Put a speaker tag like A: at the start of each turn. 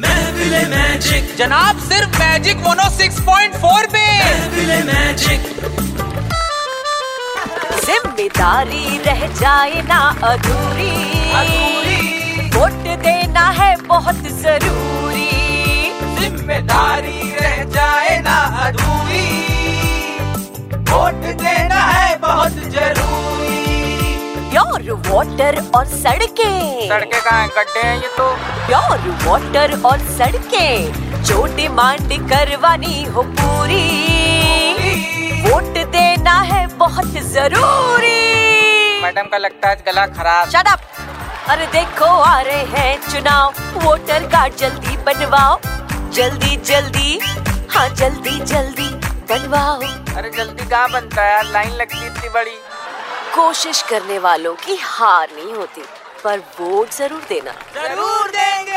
A: महफिले magic
B: जनाब सिर्फ magic mono 6.4 पे
A: महफिले मैजिक
C: जिम्मेदारी रह जाए ना अधूरी वोट देना है बहुत जरूरी
B: जिम्मेदारी रह जाए ना अधूरी वोट देना है बहुत जरूरी
C: प्योर वाटर और सड़कें
B: सड़के का है गड्ढे हैं ये तो
C: प्योर वाटर और सड़कें जो डिमांड करवानी हो पूरी वोट देना है बहुत जरूरी
B: मैडम का लगता है गला खराब
C: शट अप अरे देखो आ रहे हैं चुनाव वोटर कार्ड जल्दी बनवाओ जल्दी जल्दी हाँ जल्दी जल्दी बनवाओ
B: अरे जल्दी कहाँ बनता है लाइन लगती इतनी बड़ी
C: कोशिश करने वालों की हार नहीं होती पर वोट जरूर देना
B: जरूर देंगे